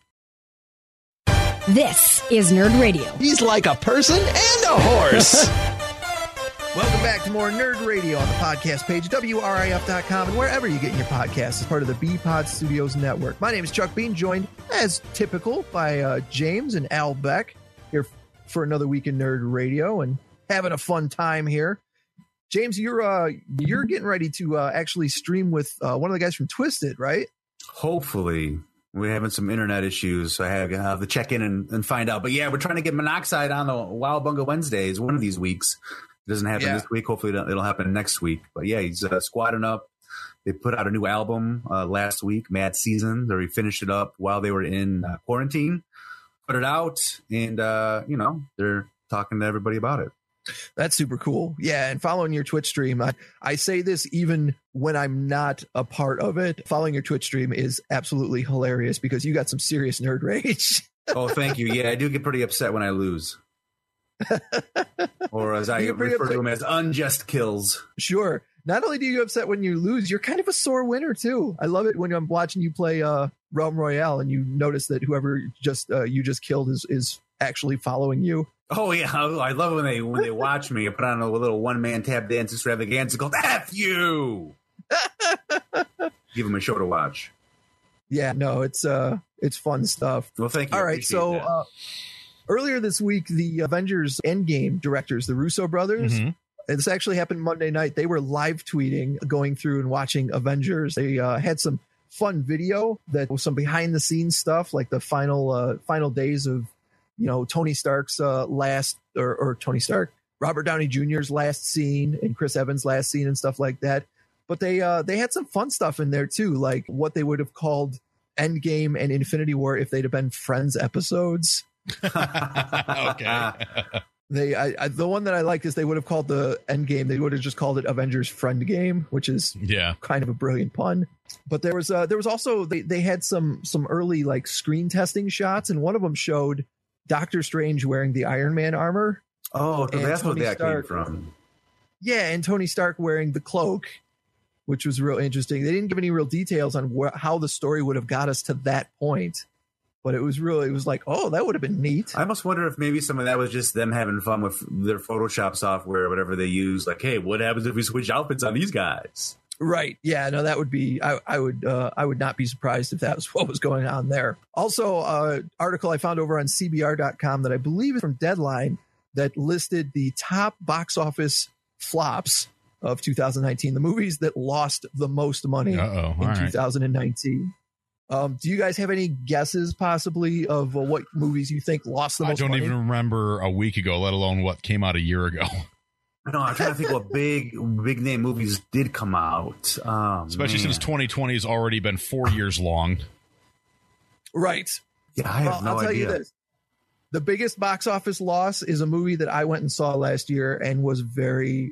S7: This is Nerd Radio.
S4: He's like a person and a horse. Welcome back to more Nerd Radio on the podcast page, WRIF.com, and wherever you get your podcasts as part of the B Pod Studios Network. My name is Chuck Bean, joined as typical by uh, James and Al Beck here f- for another week in Nerd Radio and having a fun time here. James, you're uh, you're getting ready to uh, actually stream with uh, one of the guys from Twisted, right?
S6: Hopefully, we're having some internet issues. So I have, I have to check in and, and find out. But yeah, we're trying to get monoxide on the Wild Bunga Wednesdays one of these weeks. It doesn't happen
S4: Yeah.
S6: this week. Hopefully, it'll, it'll happen next week. But yeah, he's uh, squatting up. They put out a new album uh, last week, Mad Season. They finished it up while they were in uh, quarantine, put it out, and uh, you know they're talking to everybody about it.
S4: That's super cool. Yeah, and following your Twitch stream, I, I say this even when I'm not a part of it. Following your Twitch stream is absolutely hilarious because you got some serious nerd (laughs) rage.
S6: Oh, thank you. Yeah, I do get pretty upset when I lose. or as I
S4: You get pretty
S6: refer
S4: upset-
S6: to them as unjust kills.
S4: sure. Not only do you upset when you lose, you're kind of a sore winner too. I love it when I'm watching you play uh Realm Royale and you notice that whoever just uh, you just killed is is actually following you.
S6: Oh yeah, I love when they when they watch me. I put on a little one man tap dance extravaganza called "F you." Give them a show to watch.
S4: Yeah, no, it's uh it's fun stuff.
S6: Well, thank you.
S4: All
S6: I
S4: right.
S6: appreciate
S4: So
S6: that.
S4: uh, earlier this week, the Avengers Endgame directors, the Russo
S6: Mm-hmm.
S4: brothers,
S5: Mhm.
S4: and this actually happened Monday night. They were live tweeting, going through and watching Avengers. They uh, had some fun video that was some behind the scenes stuff, like the final uh, final days of you know Tony Stark's uh, last or, or Tony Stark, Robert Downey Jr.'s last scene, and Chris Evans' last scene, and stuff like that. But they uh, they had some fun stuff in there too, like what they would have called Endgame uh, (laughs)
S6: (laughs)
S4: and Infinity War if they'd have been friends episodes.
S5: okay.
S4: They, I, I, the one that I liked is they would have called the end game. They would have just called it Avengers Friend Game, which is
S5: Yeah.
S4: kind of a brilliant pun. But there was uh, there was also they they had some some early like screen testing shots, and one of them showed Doctor Strange wearing the Iron Man armor.
S6: Oh, so
S4: And
S6: that's
S4: Tony
S6: where that
S4: Stark.
S6: came from.
S4: Yeah, and Tony Stark wearing the cloak, which was real interesting. They didn't give any real details on wh- how the story would have got us to that point, but it was really it was like, oh, that would have been neat.
S6: I almost wonder if maybe some of that was just them having fun with their Photoshop software or whatever they use. Like, hey, what happens if we switch outfits on these guys?
S4: Right. Yeah. No, that would be. I, I would. Uh, I would not be surprised if that was (laughs) what was going on there. Also, uh, article I found over on CBR.com that I believe is from Deadline that listed the top box office flops of 2019, the movies that lost the most money
S5: Uh oh. All
S4: in
S5: right.
S4: 2019. Um, do you guys have any guesses possibly of uh, what movies you think lost the
S5: I
S4: most
S5: don't
S4: money?
S5: even remember a week ago, let alone what came out a year ago. (laughs)
S6: No, I'm trying to think what big big name movies did come out. Um,
S5: Especially
S6: man.
S5: since
S4: Mm.
S5: 2020 has already been four years long.
S4: right.
S6: yeah, I have
S4: well,
S6: no
S4: I'll tell
S6: idea.
S4: you this. The biggest box office loss is a movie that I went and saw last year and was very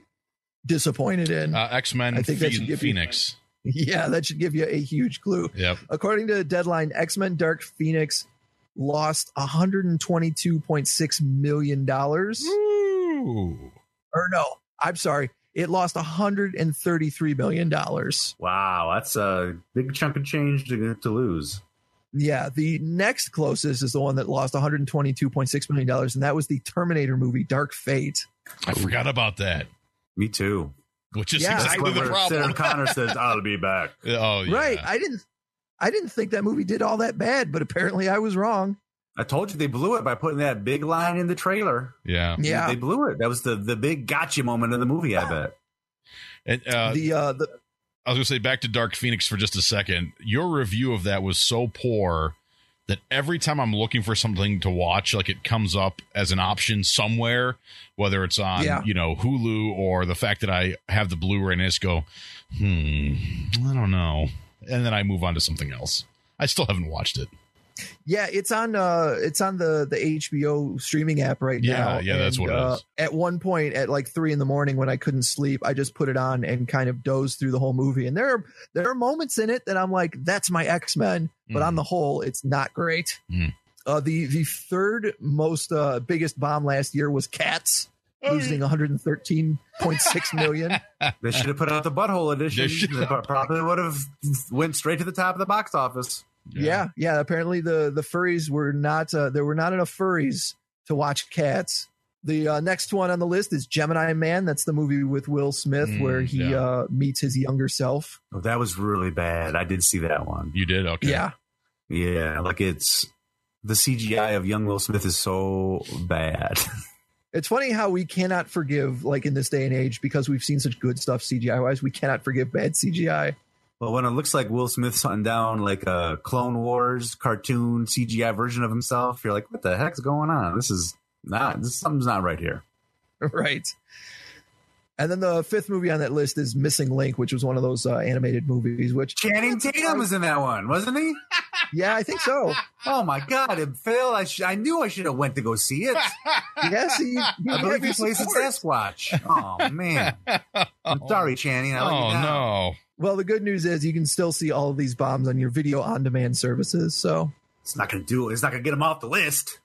S4: disappointed in.
S5: Uh, X Men
S4: I think that should give you-
S5: Phoenix.
S4: (laughs) yeah, that should give you a huge clue.
S5: Yep.
S4: According to Deadline, X Men Dark Phoenix lost $122.6 million.
S6: Hmm.
S5: Ooh.
S4: Or no, I'm sorry. It lost $133 million.
S6: Wow, that's a big chunk of change to, to lose.
S4: Yeah, the next closest is the one that lost $122.6 million, and that was the Terminator movie, Dark Fate.
S5: I forgot about that,
S6: Me too.
S5: which is
S4: Yeah, I-
S5: exactly the
S6: Whenever
S5: problem.
S6: Sarah Connor says, "I'll be back."
S5: oh, yeah.
S4: Right. I didn't I didn't think that movie did all that bad, but apparently I was wrong.
S6: I told you they blew it by putting that big line in the trailer.
S5: yeah.
S4: Yeah.
S6: they blew it. That was the the big gotcha moment of the movie. I bet.
S5: And, uh,
S4: the uh the
S5: I was going to say back to Dark Phoenix for just a second. Your review of that was so poor that every time I'm looking for something to watch, like it comes up as an option somewhere, whether it's on
S4: Yeah.
S5: you know Hulu or the fact that I have the Blu-ray and I just go, hmm, I don't know, and then I move on to something else. I still haven't watched it.
S4: yeah, it's on uh it's on the the HBO streaming app right
S5: Yeah,
S4: now.
S5: yeah, that's what it
S4: uh,
S5: is.
S4: At one point at like three in the morning when I couldn't sleep, I just put it on and kind of dozed through the whole movie. And there are there are moments in it that I'm like, that's my X-Men, but on the whole, it's not great.
S5: Mm.
S4: Uh, the the third most uh, biggest bomb last year was Cats, losing 113.6 million.
S6: They should have put out the butthole
S5: They
S6: edition.
S5: should
S6: They pro- probably would have went straight to the top of the box office.
S4: Yeah. yeah, Apparently the the furries were not uh, there were not enough furries to watch cats. The uh, next one on the list is Gemini Man. That's the movie with Will Smith
S5: Mm,
S4: where he
S5: yeah.
S4: uh, meets his younger self.
S6: Oh, that was really bad. I did see that one.
S5: you did okay.
S4: Yeah,
S6: Yeah, like it's the CGI of young Will Smith is so bad. (laughs)
S4: it's funny how we cannot forgive like in this day and age because we've seen such good stuff CGI wise. We cannot forgive bad CGI.
S6: But when it looks like Will Smith's hunting down like a Clone Wars cartoon CGI version of himself, you're like, what the heck's going on? This is not, this, something's not right here.
S4: (laughs) right. And then the fifth movie on that list is Missing Link, which was one of those uh, animated movies. Which
S6: Channing Tatum was in that one, wasn't he?
S4: yeah, I think
S6: (laughs)
S4: so.
S6: Oh my God, and Phil, I, sh- I knew I should have went to go
S5: (laughs)
S6: see it.
S4: Yes, he,
S6: I believe he plays the Sasquatch.
S5: (laughs)
S6: Oh man, I'm sorry, Channing. I let you
S5: Oh
S6: down.
S5: no.
S4: Well, the good news is you can still see all of these bombs on your video on demand services. So,
S6: It's not gonna do it. It's not gonna get him off the list.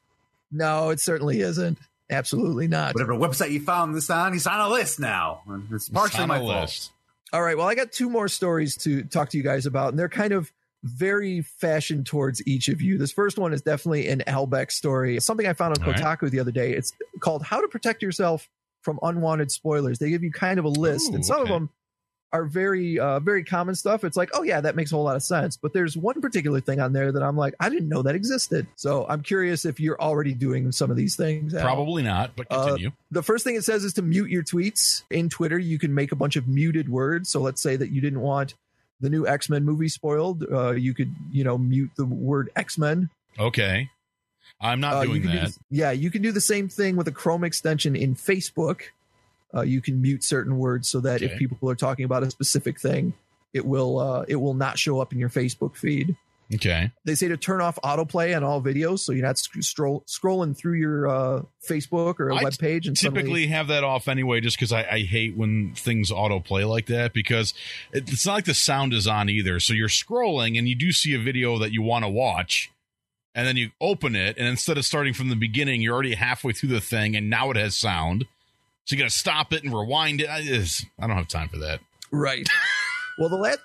S4: no, it certainly isn't. Absolutely not.
S6: Whatever website you found this on, he's on a list now. And It's partially
S5: It's on
S6: my
S5: the
S6: fault.
S5: list.
S4: All right. Well, I got two more stories to talk to you guys about, and they're kind of very fashioned towards each of you. This first one is definitely an Albeck story. It's something I found on
S5: All right.
S4: Kotaku the other day. It's called How to Protect Yourself from Unwanted Spoilers. They give you kind of a list,
S5: Ooh,
S4: and some
S5: okay.
S4: of them are very, uh, very common stuff. It's like, oh, yeah, that makes a whole lot of sense. But there's one particular thing on there that I'm like, I didn't know that existed. So I'm curious if you're already doing some of these things. Al
S5: Probably not, but
S4: Uh,
S5: continue.
S4: the first thing it says is to mute your tweets in twitter you can make a bunch of muted words so let's say that you didn't want the new x-men movie spoiled uh, you could you know mute the word x-men
S5: okay. I'm not
S4: Uh, you
S5: doing
S4: can do
S5: that.
S4: this- yeah you can do the same thing with a chrome extension in facebook uh, you can mute certain words so that
S5: Okay.
S4: if people are talking about a specific thing it will uh, it will not show up in your facebook feed
S5: Okay.
S4: They say to turn off autoplay on all videos, so you're not sc- stroll- scrolling through your uh, Facebook or a
S5: I
S4: web page and
S5: typically
S4: suddenly,
S5: have that off anyway just because I, I hate when things autoplay like that because it, it's not like the sound is on either so you're scrolling and you do see a video that you want to watch and then you open it and instead of starting from the beginning you're already halfway through the thing and now it has sound so you gotta stop it and rewind it i, it's- I don't have time for that
S4: right. (laughs) well, the last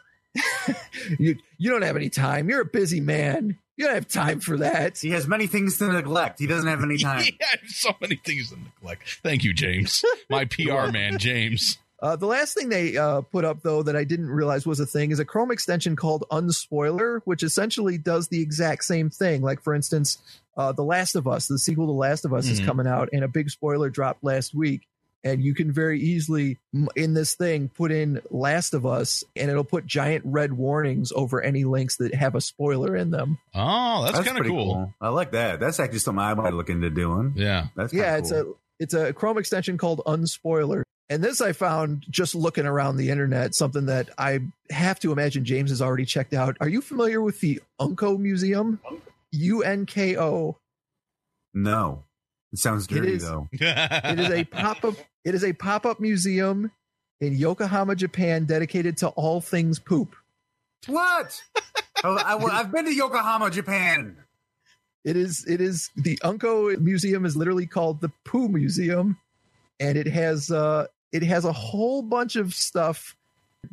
S4: (laughs) you you don't have any time. You're a busy man. You don't have time for that.
S6: He has many things to neglect. He doesn't
S5: (laughs)
S6: have any
S5: yeah
S6: time.
S5: I have so many things to neglect thank you james my pr man james
S4: Uh, the last thing they uh, put up, though, that I didn't realize was a thing is a Chrome extension called Unspoiler, which essentially does the exact same thing. Like, for instance, uh, The Last of Us, the sequel to Last of Us is
S5: Mhm.
S4: coming out, and a big spoiler dropped last week. And you can very easily, m- in this thing, put in Last of Us, and it'll put giant red warnings over any links that have a spoiler in them.
S5: oh that's, kind of
S6: pretty
S5: cool.
S6: I like that. That's actually something I might look into doing.
S5: yeah
S6: That's
S4: yeah,
S6: kinda
S4: it's
S6: cool.
S4: a it's a Chrome extension called Unspoiler. And this I found just looking around the internet, something that I have to imagine James has already checked out. Are you familiar with the Unko Museum? U N K O.
S6: no. It sounds
S4: It
S6: dirty
S4: is-
S6: though.
S4: It
S6: (laughs)
S4: is a
S5: (laughs)
S4: pop up. It is a pop up museum in Yokohama, Japan, dedicated to all things poop. (laughs)
S6: What? Oh, I, I, have been to Yokohama, Japan. (laughs)
S4: It is. It is the Unko Museum is literally called the Poo Museum, and it has uh, it has a whole bunch of stuff,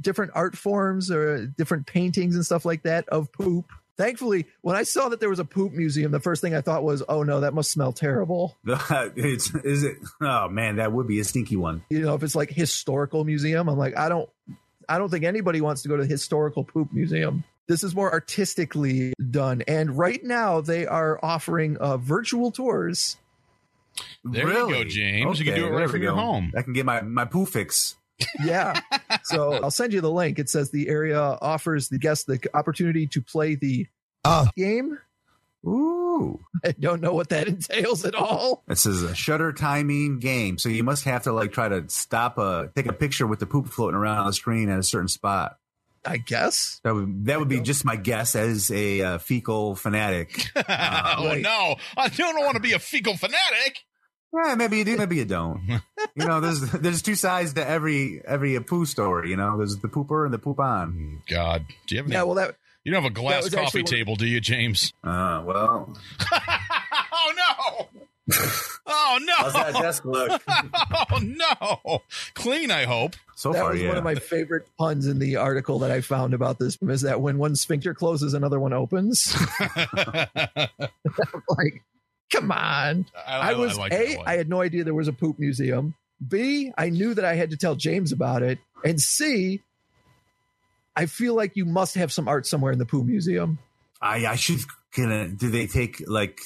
S4: different art forms or different paintings and stuff like that of poop. Thankfully, when I saw that there was a poop museum, the first thing I thought was, "Oh no, that must smell terrible."
S6: it's is it? Oh man, that would be a stinky one.
S4: You know, if it's like historical museum, I'm like, I don't, I don't think anybody wants to go to the historical poop museum. This is more artistically done, and right now they are offering uh, virtual tours.
S5: There you go,
S6: really?
S5: James. You can do it
S6: there
S5: right
S6: we
S5: from your
S6: go.
S5: home.
S6: I can get my my poo fix.
S4: yeah. So I'll send you the link. It says the area offers the guest the opportunity to play the game. (laughs)
S6: Ooh,
S4: I don't know what that (laughs) entails at all.
S6: this is a shutter timing game, so you must have to like try to stop a take a picture with the poop floating around on the screen at a certain spot.
S4: I guess.
S6: That would that would be just my guess as a uh,
S4: (laughs)
S6: fecal fanatic.
S5: (laughs) oh
S4: right.
S5: no, I don't want to be a fecal fanatic.
S6: Yeah, Eh, maybe you do, maybe you don't. You know, there's (laughs) there's two sides to every every poo story. You know, there's the pooper and the poop on.
S5: God, do you have any,
S4: Yeah. Well, that
S5: you don't have a glass
S4: was
S5: coffee
S4: actually one-
S5: table, do you, James? (laughs)
S4: Hmm.
S6: Uh, well,
S5: oh
S4: (laughs)
S5: no! Oh
S6: how's that
S5: no!
S6: desk look?
S5: Oh no! Clean, I hope. (laughs)
S6: So
S4: that
S6: far,
S4: was
S6: yeah.
S4: one of my favorite puns in the article that I found about this is that when one sphincter closes, another one opens. (laughs)
S5: I,
S4: like, come on. I, was
S5: Oh, like
S4: a.
S5: that one.
S4: I had no idea there was a poop museum. B. I knew that I had to tell James about it, and C. I feel like you must have some art somewhere in the poo museum.
S6: I I should can I, do they take like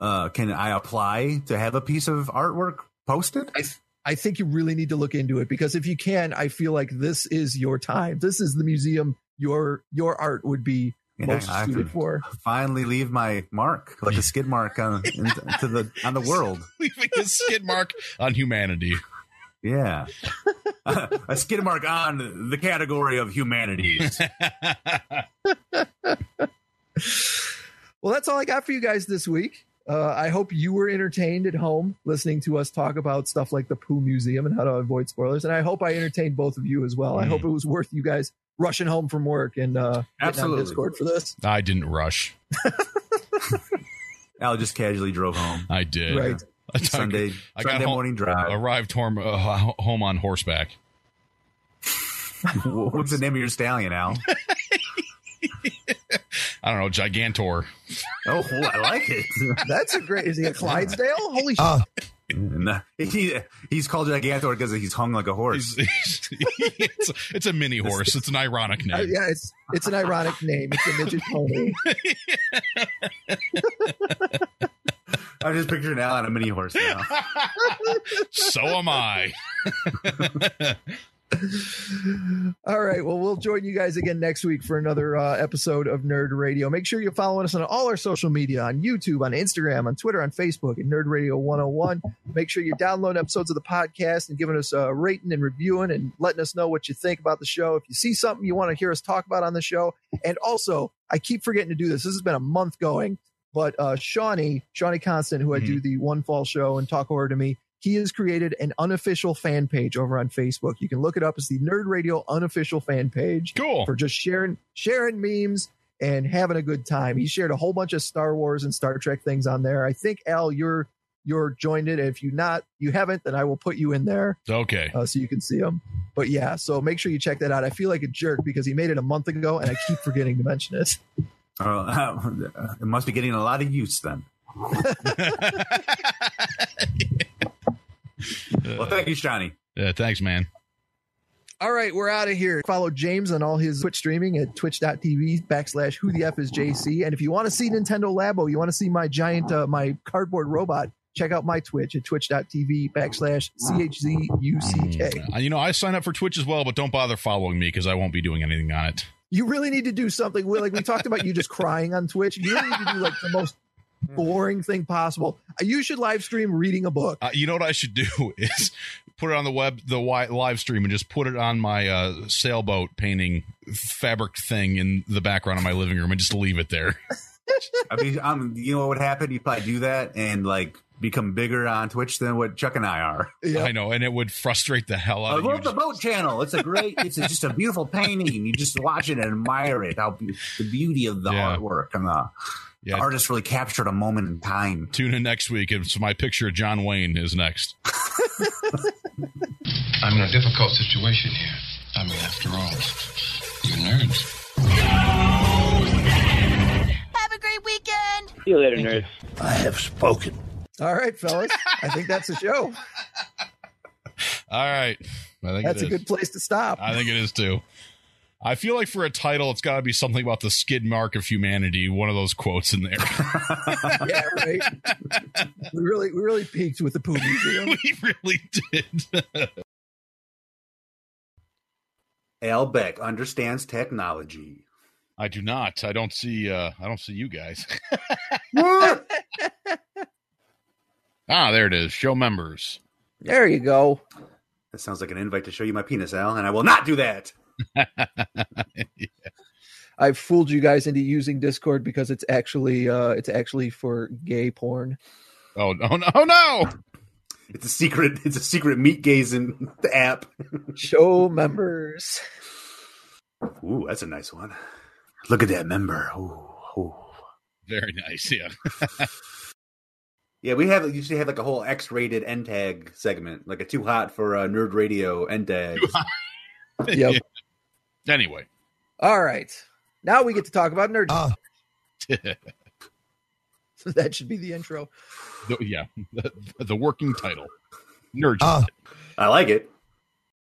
S6: uh can I apply to have a piece of artwork posted?
S4: I think you really need to look into it because if you can, I feel like this is your time. This is the museum your your art would be
S6: And
S4: most
S6: I, I
S4: suited
S6: can
S4: for.
S6: finally leave my mark like a skid mark on into the on the world.
S5: (laughs) leaving a skid mark on humanity. (laughs)
S6: Yeah. (laughs) a skid mark on the category of humanities.
S4: Well, that's all I got for you guys this week. Uh, I hope you were entertained at home listening to us talk about stuff like the Pooh Museum and how to avoid spoilers. And I hope I entertained both of you as well. I
S6: Mm.
S5: Mhm.
S4: hope it was worth you guys rushing home from work and uh, getting on
S6: Absolutely.
S4: Discord for this.
S5: I didn't rush.
S6: Al just casually drove home.
S5: I did.
S4: Right.
S5: (laughs) I got-
S6: Sunday
S5: I got
S6: Sunday
S5: home-
S6: morning drive.
S5: Arrived home, uh, home on horseback.
S6: (laughs) What's the name of your stallion, Al?
S5: I don't know, Gigantor.
S6: Oh, I like it. (laughs)
S4: That's a great. Is he a Clydesdale? Holy shit.
S6: Oh, And he, he's called Gigantor because he's hung like a horse.
S5: He's- (laughs) it's, it's a mini horse. It's an ironic
S4: Uh,
S5: name.
S4: yeah, it's it's an ironic name. It's a midget pony.
S6: I'm just picturing Al
S5: (laughs)
S6: on a mini horse now.
S5: so am I.
S4: All right. Well, we'll join you guys again next week for another uh, episode of Nerd Radio. Make sure you're following us on all our social media on YouTube, on Instagram, on Twitter, on Facebook, at Nerd Radio 101. Make sure you're downloading episodes of the podcast and giving us a rating and reviewing and letting us know what you think about the show. If you see something you want to hear us talk about on the show, and also, I keep forgetting to do this. This has been a month going, but uh, Shawnee, Shawnee Constant, who I do the One Fall Show and Talk Horror to Me, he has created an unofficial fan page over on Facebook. You can look it up as the Nerd Radio unofficial fan page
S5: Cool.
S4: for just sharing sharing memes and having a good time. He shared a whole bunch of Star Wars and Star Trek things on there. I think Al, you're you're joined it. If you not you haven't, then I will put you in there
S5: Okay.
S4: uh, so you can see them. But yeah, so make sure you check that out. I feel like a jerk because he made it a month ago and I keep forgetting to mention it.
S6: Uh, it must be getting a lot of
S5: (laughs)
S6: use then. Well, thank you, Shawnee.
S5: Yeah, Uh, thanks, man.
S4: All right, we're out of here. Follow James on all his Twitch streaming at twitch.tv backslash who the F is JC. And if you want to see Nintendo Labo, you want to see my giant, uh, my cardboard robot, check out my Twitch at twitch.tv backslash CHZUCK.
S5: Uh, You know, I sign up for Twitch as well, but don't bother following me because I won't be doing anything on it.
S4: You really need to do something. We- Like we talked about you just crying on Twitch. You really need to do like the most boring thing possible. You should live stream reading a book.
S5: Uh, you know what I should do (laughs) is put it on the web, the wi- live stream, and just put it on my uh, sailboat painting fabric thing in the background of my living room and just leave it there.
S6: I mean, um, you know what would happen? You'd probably do that and like become bigger on Twitch than what Chuck and I are.
S4: Yeah.
S5: (laughs) I know, and it would frustrate the hell
S6: I
S5: out
S6: love
S5: of
S6: the
S5: you.
S6: boat channel. It's a great. It's a, just a beautiful painting. You just watch it and admire it. How be- the beauty of the
S5: Yeah.
S6: artwork and the, the
S5: Yeah.
S6: artist really captured a moment in time.
S5: Tune in next week. It's my picture of John Wayne is next.
S7: I'm in a difficult situation here. I mean, after all, you're nerds.
S8: Have a great weekend.
S9: See you later, nerds.
S4: All right, fellas. (laughs) I think that's the show.
S5: All right. I think
S4: That's
S5: it
S4: a
S5: is.
S4: good place to stop.
S5: I think it is too. I feel like for a title, it's got to be something about the skid mark of humanity. One of those quotes in there. (laughs)
S4: yeah, (laughs) right. we really we really peaked with the poo museum.
S5: we really did.
S6: Al Beck understands technology.
S5: I do not. I don't see. uh I don't see you guys. ah, there it is. Show members. (laughs)
S4: There you go.
S6: (laughs) That sounds like an invite to show you my penis, Al, and I will not do that.
S5: Oh,
S4: I fooled you guys into using Discord because it's actually uh it's actually for gay porn.
S5: Oh no! no, Oh no!
S6: It's a secret. It's a secret meat gazing app.
S4: Show members.
S6: Ooh, that's a nice one. Look at that member. Ooh, ooh.
S5: Very nice. Yeah.
S6: Yeah, we have used to have like a whole X-rated end tag segment, like a too hot for uh, nerd radio end tag.
S4: Yep.
S5: Anyway,
S4: All right. Now we get to talk about nerd.
S1: Ah.
S4: that should be the intro.
S5: (laughs) the- yeah, the, the working title. Nerd.
S1: Ah.
S6: I like it.